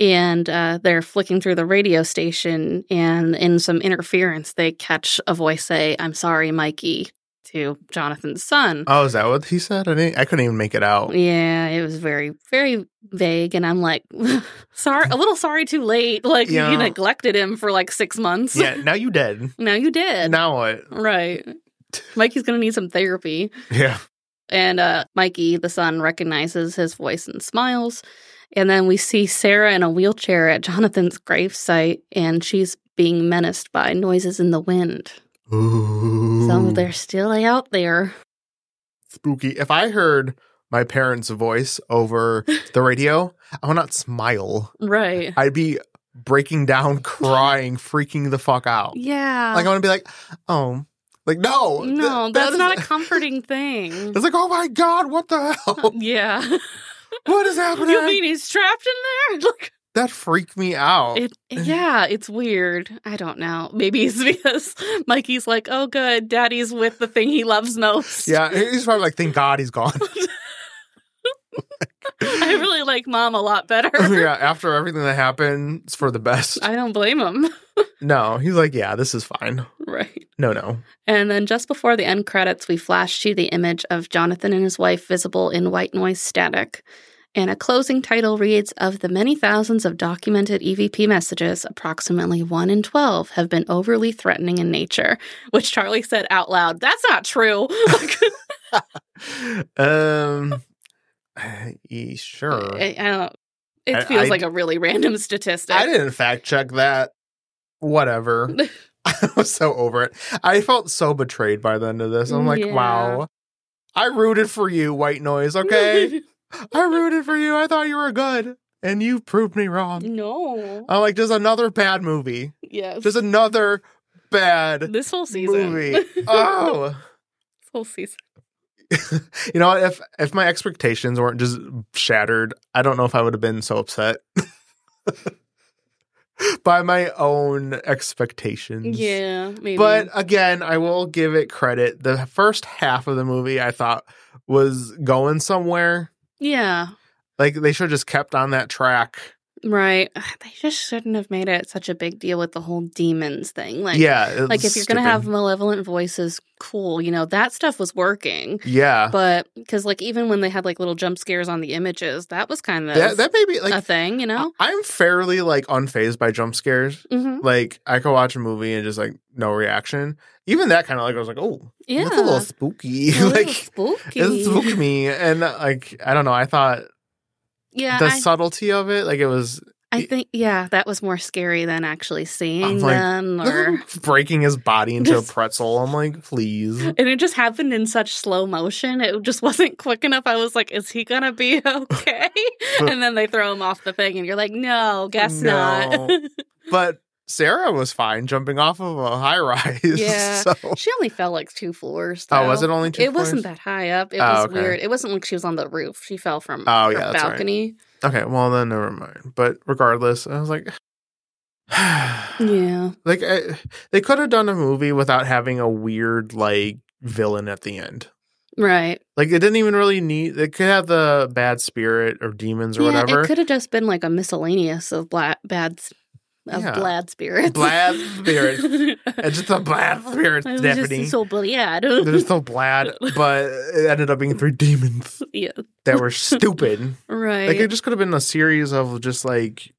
[SPEAKER 3] And uh, they're flicking through the radio station, and in some interference, they catch a voice say, I'm sorry, Mikey, to Jonathan's son.
[SPEAKER 2] Oh, is that what he said? I didn't, I couldn't even make it out.
[SPEAKER 3] [laughs] Yeah, it was very, very vague, and I'm like, [laughs] sorry, a little sorry too late. Like
[SPEAKER 2] Yeah.
[SPEAKER 3] you neglected him for like six months. [laughs]
[SPEAKER 2] Yeah, now you dead.
[SPEAKER 3] now you did.
[SPEAKER 2] Now what?
[SPEAKER 3] Right, Mikey's gonna need some therapy.
[SPEAKER 2] Yeah.
[SPEAKER 3] And uh, Mikey, the son, recognizes his voice and smiles. And then we see Sarah in a wheelchair at Jonathan's gravesite, and she's being menaced by noises in the wind.
[SPEAKER 2] Ooh.
[SPEAKER 3] So they're still out there.
[SPEAKER 2] spooky. If I heard my parents' voice over
[SPEAKER 3] [laughs]
[SPEAKER 2] the radio, I would not smile.
[SPEAKER 3] Right.
[SPEAKER 2] I'd be breaking down, crying, freaking the fuck out.
[SPEAKER 3] Yeah.
[SPEAKER 2] Like I want to be like, oh, like no, th-
[SPEAKER 3] no,
[SPEAKER 2] that
[SPEAKER 3] that's
[SPEAKER 2] is-
[SPEAKER 3] not a comforting thing.
[SPEAKER 2] It's like, oh my god, what the [laughs] hell?
[SPEAKER 3] [laughs] Yeah.
[SPEAKER 2] What is happening?
[SPEAKER 3] you mean he's trapped in there? Like,
[SPEAKER 2] that freaked me out.
[SPEAKER 3] [laughs] it, yeah, it's weird. I don't know. Maybe it's [laughs] because Mikey's like, oh, good, daddy's with the thing he loves most.
[SPEAKER 2] Yeah, he's probably like, thank God he's gone.
[SPEAKER 3] [laughs]
[SPEAKER 2] [laughs]
[SPEAKER 3] I really like mom a lot better.
[SPEAKER 2] yeah, after everything that happened, it's for the best.
[SPEAKER 3] I don't blame him. [laughs]
[SPEAKER 2] No, he's like, yeah, this is fine.
[SPEAKER 3] Right.
[SPEAKER 2] No, no.
[SPEAKER 3] And then just before the end credits, we flash to the image of Jonathan and his wife visible in white noise static. And a closing title reads Of the many thousands of documented EVP messages, approximately 1 in 12 have been overly threatening in nature, which Charlie said out loud, That's not true. [laughs]
[SPEAKER 2] Um, [sighs] eh, sure.
[SPEAKER 3] I, I
[SPEAKER 2] I-
[SPEAKER 3] don't, it feels
[SPEAKER 2] I-
[SPEAKER 3] like a really random statistic.
[SPEAKER 2] I didn't fact check that.
[SPEAKER 3] [laughs]
[SPEAKER 2] Whatever. [laughs] I was so over it. I felt so betrayed by the end of this. I'm like,
[SPEAKER 3] Yeah.
[SPEAKER 2] wow. I rooted for you, white noise,
[SPEAKER 3] [laughs]
[SPEAKER 2] okay? I rooted for you. I thought you were good. And you proved me
[SPEAKER 3] Mm.
[SPEAKER 2] wrong.
[SPEAKER 3] no.
[SPEAKER 2] I'm like, just another bad movie.
[SPEAKER 3] yes.
[SPEAKER 2] Uh, Just another bad
[SPEAKER 3] this whole season. [laughs]
[SPEAKER 2] movie. Oh. [laughs]
[SPEAKER 3] this whole season.
[SPEAKER 2] you know, what? if if my expectations weren't just shattered, I don't know if I would have been so upset [laughs] by my own expectations.
[SPEAKER 3] Yeah, maybe.
[SPEAKER 2] But again, I will give it credit. The first half of the movie I thought was going somewhere.
[SPEAKER 3] yeah.
[SPEAKER 2] Like they should have just kept on that track.
[SPEAKER 3] Right. [sighs] They just shouldn't have made it such a big deal with the whole demons thing. Like,
[SPEAKER 2] yeah. it
[SPEAKER 3] like
[SPEAKER 2] was
[SPEAKER 3] if you're going to have
[SPEAKER 2] stupid.
[SPEAKER 3] malevolent voices, cool. You know, that stuff was working. [laughs]
[SPEAKER 2] Yeah.
[SPEAKER 3] But because, like, even when they had like little jump scares on the images, that was kind of
[SPEAKER 2] That that maybe like
[SPEAKER 3] a thing, you know?
[SPEAKER 2] I'm fairly like unfazed by jump scares.
[SPEAKER 3] hmm
[SPEAKER 2] like I could watch a movie and just like no reaction. Even that kind of like I was like, oh,
[SPEAKER 3] Yeah.
[SPEAKER 2] that's a little spooky. [laughs]
[SPEAKER 3] A little
[SPEAKER 2] like
[SPEAKER 3] spooky.
[SPEAKER 2] it spooked me, and uh, like I don't know. I thought
[SPEAKER 3] yeah.
[SPEAKER 2] the
[SPEAKER 3] I,
[SPEAKER 2] subtlety of it, like it
[SPEAKER 3] [laughs]
[SPEAKER 2] was
[SPEAKER 3] I think, yeah, that was more scary than actually seeing
[SPEAKER 2] like,
[SPEAKER 3] them or.
[SPEAKER 2] [laughs] breaking his body
[SPEAKER 3] [laughs]
[SPEAKER 2] into a
[SPEAKER 3] Just-
[SPEAKER 2] pretzel. I'm like, please.
[SPEAKER 3] And it just happened in such slow motion. It just wasn't quick enough. I was like, is he going to be [laughs] okay? and then they throw him off the thing, and you're like, no, guess
[SPEAKER 2] No.
[SPEAKER 3] not. [laughs]
[SPEAKER 2] But Sarah was fine jumping off of a high [laughs] rise.
[SPEAKER 3] Yeah.
[SPEAKER 2] so
[SPEAKER 3] She only fell like two floors.
[SPEAKER 2] Oh, was
[SPEAKER 3] though.
[SPEAKER 2] it only two
[SPEAKER 3] It wasn't
[SPEAKER 2] floors?
[SPEAKER 3] that high up. It
[SPEAKER 2] Oh,
[SPEAKER 3] was
[SPEAKER 2] okay.
[SPEAKER 3] weird. It wasn't like she was on the roof. She fell from
[SPEAKER 2] Oh,
[SPEAKER 3] her
[SPEAKER 2] yeah, that's right.
[SPEAKER 3] balcony.
[SPEAKER 2] okay. Well, then never mind. But regardless, I was like, [sighs]
[SPEAKER 3] Yeah.
[SPEAKER 2] like I, they could have done a movie without having a weird like villain at the end.
[SPEAKER 3] Right.
[SPEAKER 2] Like it didn't even really need. It could have the bad spirit or demons or
[SPEAKER 3] yeah,
[SPEAKER 2] whatever.
[SPEAKER 3] it could have just been like a miscellaneous of bla- bad s- of
[SPEAKER 2] Yeah.
[SPEAKER 3] blad spirits.
[SPEAKER 2] Blad
[SPEAKER 3] [laughs]
[SPEAKER 2] spirits. It's just a blad spirit,
[SPEAKER 3] I was
[SPEAKER 2] Stephanie.
[SPEAKER 3] Just so [laughs] blad.
[SPEAKER 2] They're still blad, but it ended up being three demons
[SPEAKER 3] yeah.
[SPEAKER 2] that were stupid.
[SPEAKER 3] Right.
[SPEAKER 2] Like it just could have been a series of just like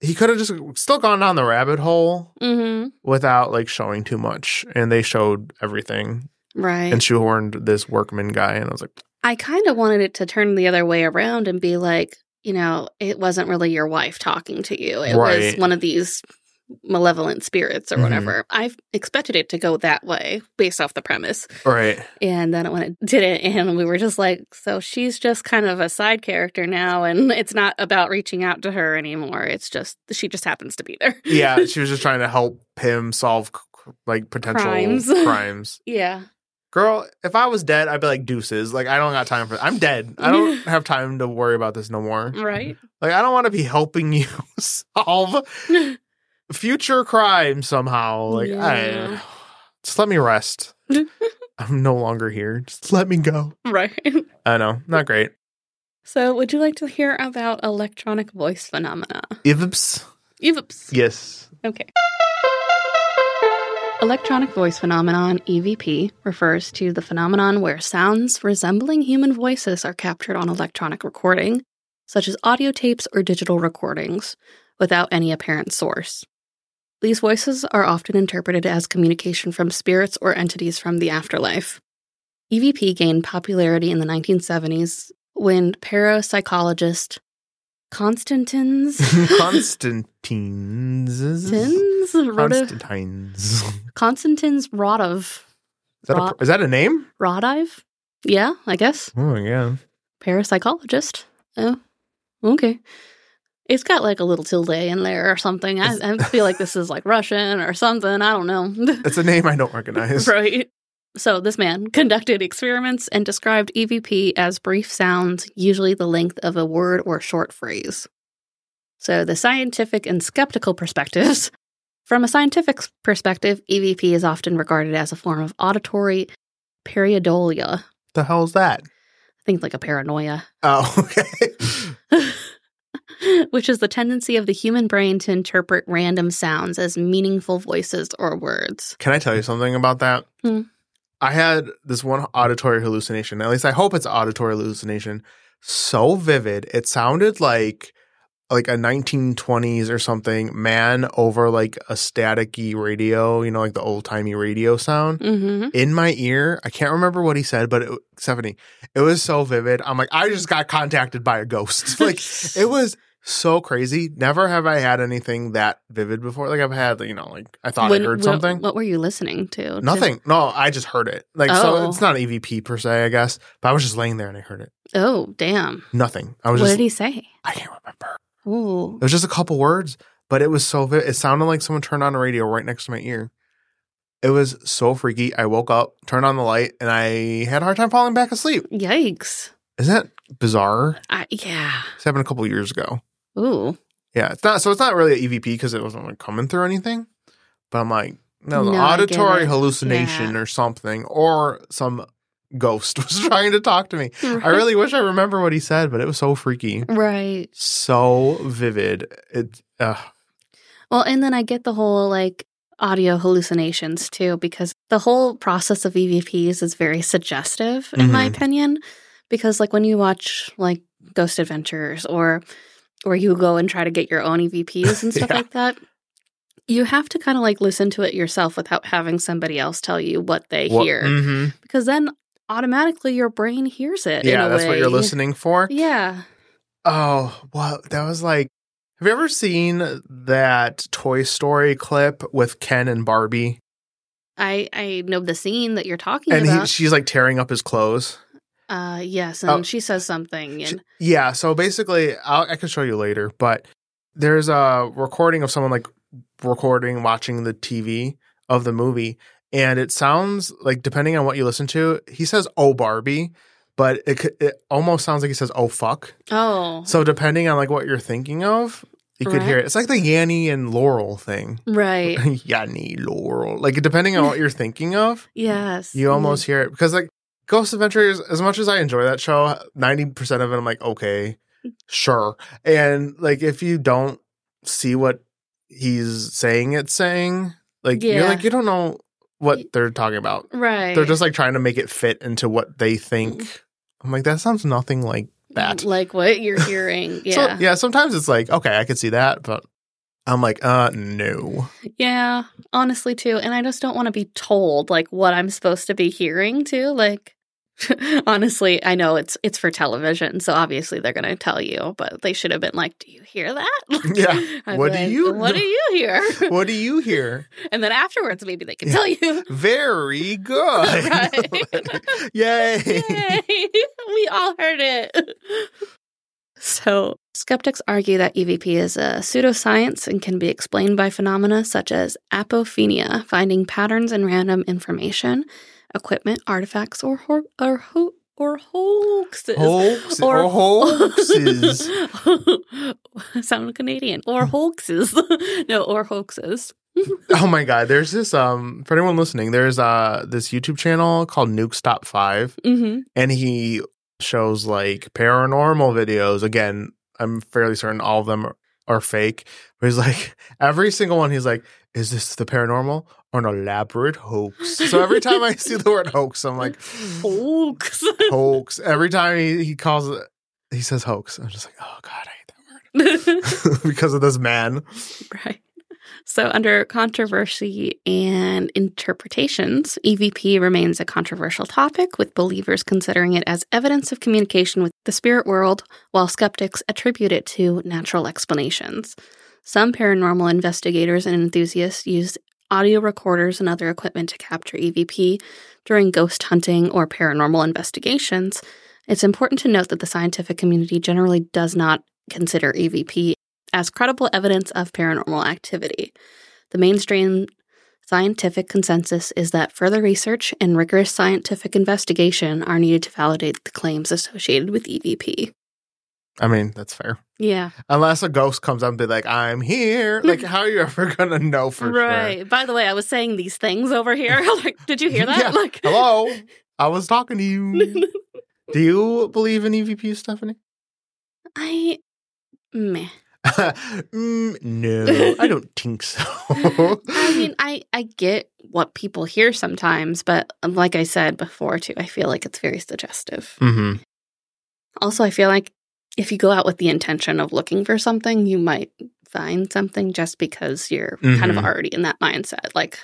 [SPEAKER 2] he could have just still gone down the rabbit hole
[SPEAKER 3] hmm
[SPEAKER 2] without like showing too much, and they showed everything
[SPEAKER 3] Right.
[SPEAKER 2] and shoehorned this workman guy, and I was like,
[SPEAKER 3] I kind of wanted it to turn the other way around and be like, you know, it wasn't really your wife talking to you. It
[SPEAKER 2] Right.
[SPEAKER 3] was one of these malevolent spirits or
[SPEAKER 2] Mhm.
[SPEAKER 3] whatever. I expected it to go that way based off the premise.
[SPEAKER 2] all right,
[SPEAKER 3] And then when it [laughs] didn't, and we were just like, so she's just kind of a side character now. And [laughs] it's not about reaching out to her anymore. It's just, she just happens to be there.
[SPEAKER 2] yeah, she was just trying to help him solve c- c- like potential
[SPEAKER 3] Crimes. [laughs]
[SPEAKER 2] crimes.
[SPEAKER 3] [laughs] yeah.
[SPEAKER 2] Girl, if I was dead, I'd be like deuces. Like I don't got time for. I'm dead. I
[SPEAKER 3] [laughs]
[SPEAKER 2] don't have time to worry about this no more.
[SPEAKER 3] Right. [laughs]
[SPEAKER 2] Like I don't want to be helping [laughs] you solve future crime somehow. Like I
[SPEAKER 3] Yeah.
[SPEAKER 2] [sighs] just let me
[SPEAKER 3] [laughs]
[SPEAKER 2] rest. I'm no longer here. Just let me go.
[SPEAKER 3] right. [laughs]
[SPEAKER 2] I know, not great.
[SPEAKER 3] So, would you like to hear about electronic voice phenomena?
[SPEAKER 2] Ivps. [laughs]
[SPEAKER 3] Evips.
[SPEAKER 2] Yes.
[SPEAKER 3] Okay. Electronic voice phenomenon, EVP, refers to the phenomenon where sounds resembling human voices are captured on electronic recording, such as audio tapes or digital recordings, without any apparent source. These voices are often interpreted as communication from spirits or entities from the afterlife. EVP gained popularity in the 1970s when parapsychologist [laughs] Constantins
[SPEAKER 2] Constantines.
[SPEAKER 3] Constantins Rodov.
[SPEAKER 2] Constantines.
[SPEAKER 3] Constantins Rodov.
[SPEAKER 2] Is that, a, is that a name?
[SPEAKER 3] Rodive? Yeah, I guess.
[SPEAKER 2] Oh yeah.
[SPEAKER 3] Parapsychologist. Oh, okay. It's got like a little tilde in there or something. I, I feel like this is like Russian or something. I don't know. [laughs]
[SPEAKER 2] It's a name I don't recognize.
[SPEAKER 3] right. So this man conducted experiments and described EVP as brief sounds, usually the length of a word or short phrase. So the scientific and skeptical perspectives. [laughs] From a scientific perspective, EVP is often regarded as a form of auditory periodolia. I
[SPEAKER 2] The hell's that?
[SPEAKER 3] think like a paranoia. [laughs]
[SPEAKER 2] Oh, [laughs] okay.
[SPEAKER 3] which is the tendency of the human brain to interpret random sounds as meaningful voices or words.
[SPEAKER 2] Can I tell you something about that?
[SPEAKER 3] Hmm.
[SPEAKER 2] I had this one auditory hallucination. At least I hope it's an auditory hallucination. So vivid. It sounded like like a 1920s or something man over like a staticky radio, you know, like the old-timey radio sound
[SPEAKER 3] Mm-hmm.
[SPEAKER 2] in my ear. I can't remember what he said, but it, Stephanie, it was so vivid. I'm like, I just got contacted by a ghost. [laughs] like it
[SPEAKER 3] [laughs]
[SPEAKER 2] was so crazy. Never have I had anything that vivid before. Like I've had, you know, like I thought I heard something.
[SPEAKER 3] What were you listening to?
[SPEAKER 2] Nothing. No, I just heard it. Like so,
[SPEAKER 3] Oh.
[SPEAKER 2] it's not an EVP per se, I guess. But I was just laying there and I heard it.
[SPEAKER 3] To- oh, damn.
[SPEAKER 2] Nothing. I
[SPEAKER 3] What
[SPEAKER 2] was
[SPEAKER 3] did
[SPEAKER 2] just.
[SPEAKER 3] he say?
[SPEAKER 2] I can't remember.
[SPEAKER 3] Ooh.
[SPEAKER 2] It was just a couple words, but it was so. vi- It sounded like someone turned on a radio right next to my ear. It was so freaky. I woke up, turned on the light, and I had a hard time falling back asleep.
[SPEAKER 3] Yikes.
[SPEAKER 2] Isn't that bizarre?
[SPEAKER 3] I, yeah.
[SPEAKER 2] This happened a couple years ago.
[SPEAKER 3] Ooh.
[SPEAKER 2] Yeah, it's not. So it's not really E an EVP because it wasn't like coming through anything. But I'm like, no,
[SPEAKER 3] No,
[SPEAKER 2] an
[SPEAKER 3] I get
[SPEAKER 2] auditory
[SPEAKER 3] it.
[SPEAKER 2] hallucination or something, or some ghost [laughs] was trying to talk to me. I really wish I remember what he said, but it was so freaky,
[SPEAKER 3] Right.
[SPEAKER 2] so vivid. It. Uh,
[SPEAKER 3] Well, and then I get the whole like audio hallucinations too, because the whole process of EVPs is very suggestive, in my
[SPEAKER 2] Mm-hmm.
[SPEAKER 3] opinion. Because like when you watch like Ghost Adventures or or you go and try to get your own
[SPEAKER 2] [laughs]
[SPEAKER 3] EVPs and stuff
[SPEAKER 2] Yeah.
[SPEAKER 3] like that, you have to kind of like listen to it yourself without having somebody else tell you what they
[SPEAKER 2] what-
[SPEAKER 3] hear.
[SPEAKER 2] mhm.
[SPEAKER 3] Because then automatically your brain hears it. in
[SPEAKER 2] Yeah,
[SPEAKER 3] a
[SPEAKER 2] that's what
[SPEAKER 3] way.
[SPEAKER 2] you're listening for.
[SPEAKER 3] Yeah.
[SPEAKER 2] Oh, wow, that was like. Have you ever seen that Toy Story clip with Ken and Barbie?
[SPEAKER 3] I, I know the scene that you're talking
[SPEAKER 2] and
[SPEAKER 3] about.
[SPEAKER 2] he, she's like tearing up his clothes.
[SPEAKER 3] uh, yes, and
[SPEAKER 2] Oh.
[SPEAKER 3] she says something, and
[SPEAKER 2] Yeah. So basically, I'll, I can show you later, but there's a recording of someone like recording, watching the TV of the movie, and it sounds like depending on what you listen to, he says "Oh Barbie," but it c- it almost sounds like he says "Oh fuck."
[SPEAKER 3] Oh,
[SPEAKER 2] So depending on like what you're thinking of, you could hear it. It's like the Yanny and Laurel thing. [laughs]
[SPEAKER 3] right.
[SPEAKER 2] Yanni Laurel. Like depending on what you're thinking of,
[SPEAKER 3] Yes. mm,
[SPEAKER 2] you almost hear it because like Ghost Adventures. As much as I enjoy that show, ninety percent of it, I'm like, okay, sure. And like if you don't see what he's saying, it's saying like you're
[SPEAKER 3] Yeah.
[SPEAKER 2] like you don't know
[SPEAKER 3] Y-
[SPEAKER 2] what they're talking about.
[SPEAKER 3] Right. Mm-hmm.
[SPEAKER 2] They're just like trying to make it fit into what they think. I'm like that sounds nothing like that.
[SPEAKER 3] Mm, Like what you're hearing.
[SPEAKER 2] [laughs]
[SPEAKER 3] Yeah.
[SPEAKER 2] So, yeah. Sometimes it's like okay, I could see that, but I'm like, uh,
[SPEAKER 3] [laughs]
[SPEAKER 2] no.
[SPEAKER 3] Yeah, honestly, too. And I just don't want to be told like what I'm supposed to be hearing too. Like, [laughs] honestly, I know it's it's for television, so obviously they're gonna tell you. But they should have been like, "Do you hear that?" [laughs] Like,
[SPEAKER 2] Yeah.
[SPEAKER 3] I'd
[SPEAKER 2] What
[SPEAKER 3] be
[SPEAKER 2] do you
[SPEAKER 3] What
[SPEAKER 2] know?"
[SPEAKER 3] do you
[SPEAKER 2] [laughs]
[SPEAKER 3] hear?
[SPEAKER 2] What do you hear?
[SPEAKER 3] and then afterwards, maybe they can
[SPEAKER 2] Yeah. [laughs]
[SPEAKER 3] tell you. [laughs]
[SPEAKER 2] Very good. [laughs]
[SPEAKER 3] Right.
[SPEAKER 2] Yay.
[SPEAKER 3] Yay! [laughs] we all heard it. So, skeptics argue that EVP is a pseudoscience and can be explained by phenomena such as apophenia, finding patterns in random information, equipment, artifacts, or ho- or, ho- or hoaxes.
[SPEAKER 2] Hoax or, hoaxes.
[SPEAKER 3] [laughs] Sound Canadian. Or hoaxes. [laughs] no, or hoaxes.
[SPEAKER 2] [laughs] oh my god, there's this um for anyone listening, there's uh this YouTube channel called Nuke Stop 5
[SPEAKER 3] Mm-hmm.
[SPEAKER 2] [laughs] and he shows like paranormal videos. Again, I'm fairly certain all of them are, are fake. But he's like [laughs] every single one he's like is this the paranormal or an elaborate hoax? So every time I see the word hoax, I'm like [laughs]
[SPEAKER 3] Hoax. [laughs]
[SPEAKER 2] hoax. Every time he, he calls it, he says hoax. I'm just like, oh god, I hate that word [laughs] because of this man.
[SPEAKER 3] [laughs] Right. So, under controversy and interpretations, EVP remains a controversial topic, with believers considering it as evidence of communication with the spirit world, while skeptics attribute it to natural explanations. Some paranormal investigators and enthusiasts use audio recorders and other equipment to capture EVP during ghost hunting or paranormal investigations. It's important to note that the scientific community generally does not consider E EVP as credible evidence of paranormal activity. The mainstream scientific consensus is that further research and rigorous scientific investigation are needed to validate the claims associated with E EVP.
[SPEAKER 2] I mean, that's fair.
[SPEAKER 3] Yeah,
[SPEAKER 2] Unless a ghost comes up and be like, I'm
[SPEAKER 3] [laughs]
[SPEAKER 2] here. Like, how are you ever going to know for
[SPEAKER 3] right.
[SPEAKER 2] sure?
[SPEAKER 3] By the way, I was saying these things over here. [laughs] like, did you hear that?
[SPEAKER 2] Yeah.
[SPEAKER 3] Like,
[SPEAKER 2] Hello? I was talking to you. Do you believe in EVP, Stephanie?
[SPEAKER 3] [laughs]
[SPEAKER 2] [laughs]
[SPEAKER 3] I meh.
[SPEAKER 2] mm, no, I
[SPEAKER 3] [laughs]
[SPEAKER 2] don't think so.
[SPEAKER 3] I mean, I I get what people hear sometimes, but like I said before too, I feel like it's very suggestive.
[SPEAKER 2] Mhm.
[SPEAKER 3] Also, I feel like if you go out with the intention of looking for something, you might find something just because you're kind of
[SPEAKER 2] Mhm.
[SPEAKER 3] already in that mindset, like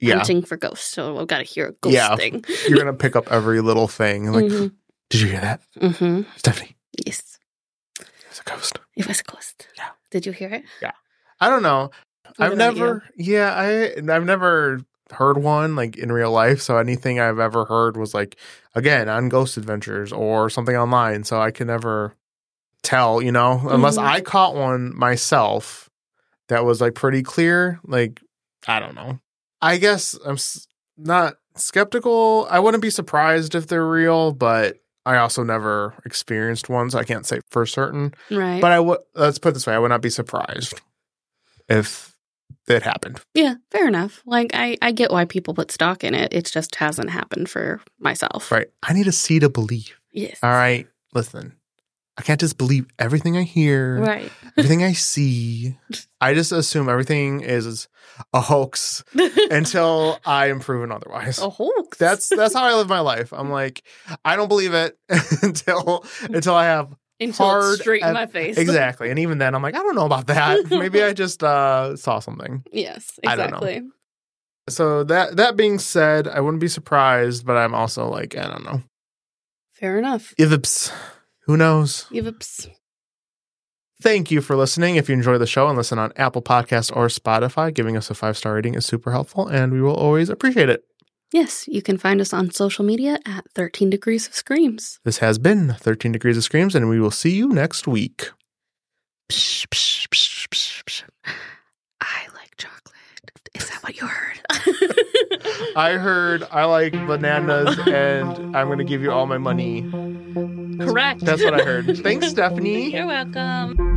[SPEAKER 2] yeah,
[SPEAKER 3] hunting for ghosts. So I've got to hear a
[SPEAKER 2] [laughs]
[SPEAKER 3] ghost
[SPEAKER 2] Yeah.
[SPEAKER 3] thing.
[SPEAKER 2] you're going to pick up every little thing. Like,
[SPEAKER 3] Mhm.
[SPEAKER 2] did you hear that?
[SPEAKER 3] hmm
[SPEAKER 2] Stephanie,
[SPEAKER 3] Yes,
[SPEAKER 2] it's a ghost.
[SPEAKER 3] it was a ghost.
[SPEAKER 2] Yeah.
[SPEAKER 3] Did you hear it?
[SPEAKER 2] I don't know.
[SPEAKER 3] What
[SPEAKER 2] I've
[SPEAKER 3] about you?
[SPEAKER 2] never, yeah, I I've never heard one like in real life. So anything I've ever heard was like again on Ghost Adventures or something online. So I can never tell, you know, unless
[SPEAKER 3] Mhm.
[SPEAKER 2] I caught one myself that was like pretty clear. Like I don't know. I guess I'm s- not skeptical. I wouldn't be surprised if they're real, but I also never experienced one, so I can't say for certain.
[SPEAKER 3] Right.
[SPEAKER 2] But I would let's put it this way: I would not be surprised if it happened.
[SPEAKER 3] yeah, fair enough. Like I, I get why people put stock in it. It just hasn't happened for myself.
[SPEAKER 2] Right? I need to see to believe.
[SPEAKER 3] Yes.
[SPEAKER 2] All right, listen. I can't just believe everything I hear,
[SPEAKER 3] Right. [laughs]
[SPEAKER 2] everything I see. I just assume everything is a hoax
[SPEAKER 3] [laughs]
[SPEAKER 2] until I am proven otherwise.
[SPEAKER 3] a hoax. [laughs]
[SPEAKER 2] That's that's how I live my life. I'm like, I don't believe it [laughs] until until I have
[SPEAKER 3] until
[SPEAKER 2] hard
[SPEAKER 3] it's straight in
[SPEAKER 2] ev-
[SPEAKER 3] my face.
[SPEAKER 2] exactly. And even then I'm like, I don't know about that. Maybe I just uh saw something.
[SPEAKER 3] [laughs] Yes.
[SPEAKER 2] I don't know.
[SPEAKER 3] Exactly.
[SPEAKER 2] So that that being said, I wouldn't be surprised, but I'm also like, I don't know.
[SPEAKER 3] Fair enough.
[SPEAKER 2] Ivips. Who knows?
[SPEAKER 3] Give ups.
[SPEAKER 2] Thank you for listening. If you enjoy the show and listen on Apple Podcasts or Spotify, giving us a five star rating is super helpful, and we will always appreciate it.
[SPEAKER 3] Yes, you can find us on social media at 13 Degrees of Screams.
[SPEAKER 2] This has been 13 Degrees of Screams, and we will see you next week.
[SPEAKER 3] Psh, psh, psh, psh, psh. I like chocolate. Is that what you
[SPEAKER 2] [laughs]
[SPEAKER 3] [laughs] heard?
[SPEAKER 2] I heard I like bananas and I'm going to give you all my money.
[SPEAKER 3] Correct. [laughs]
[SPEAKER 2] That's what I heard. Thanks, Stephanie.
[SPEAKER 3] You're welcome.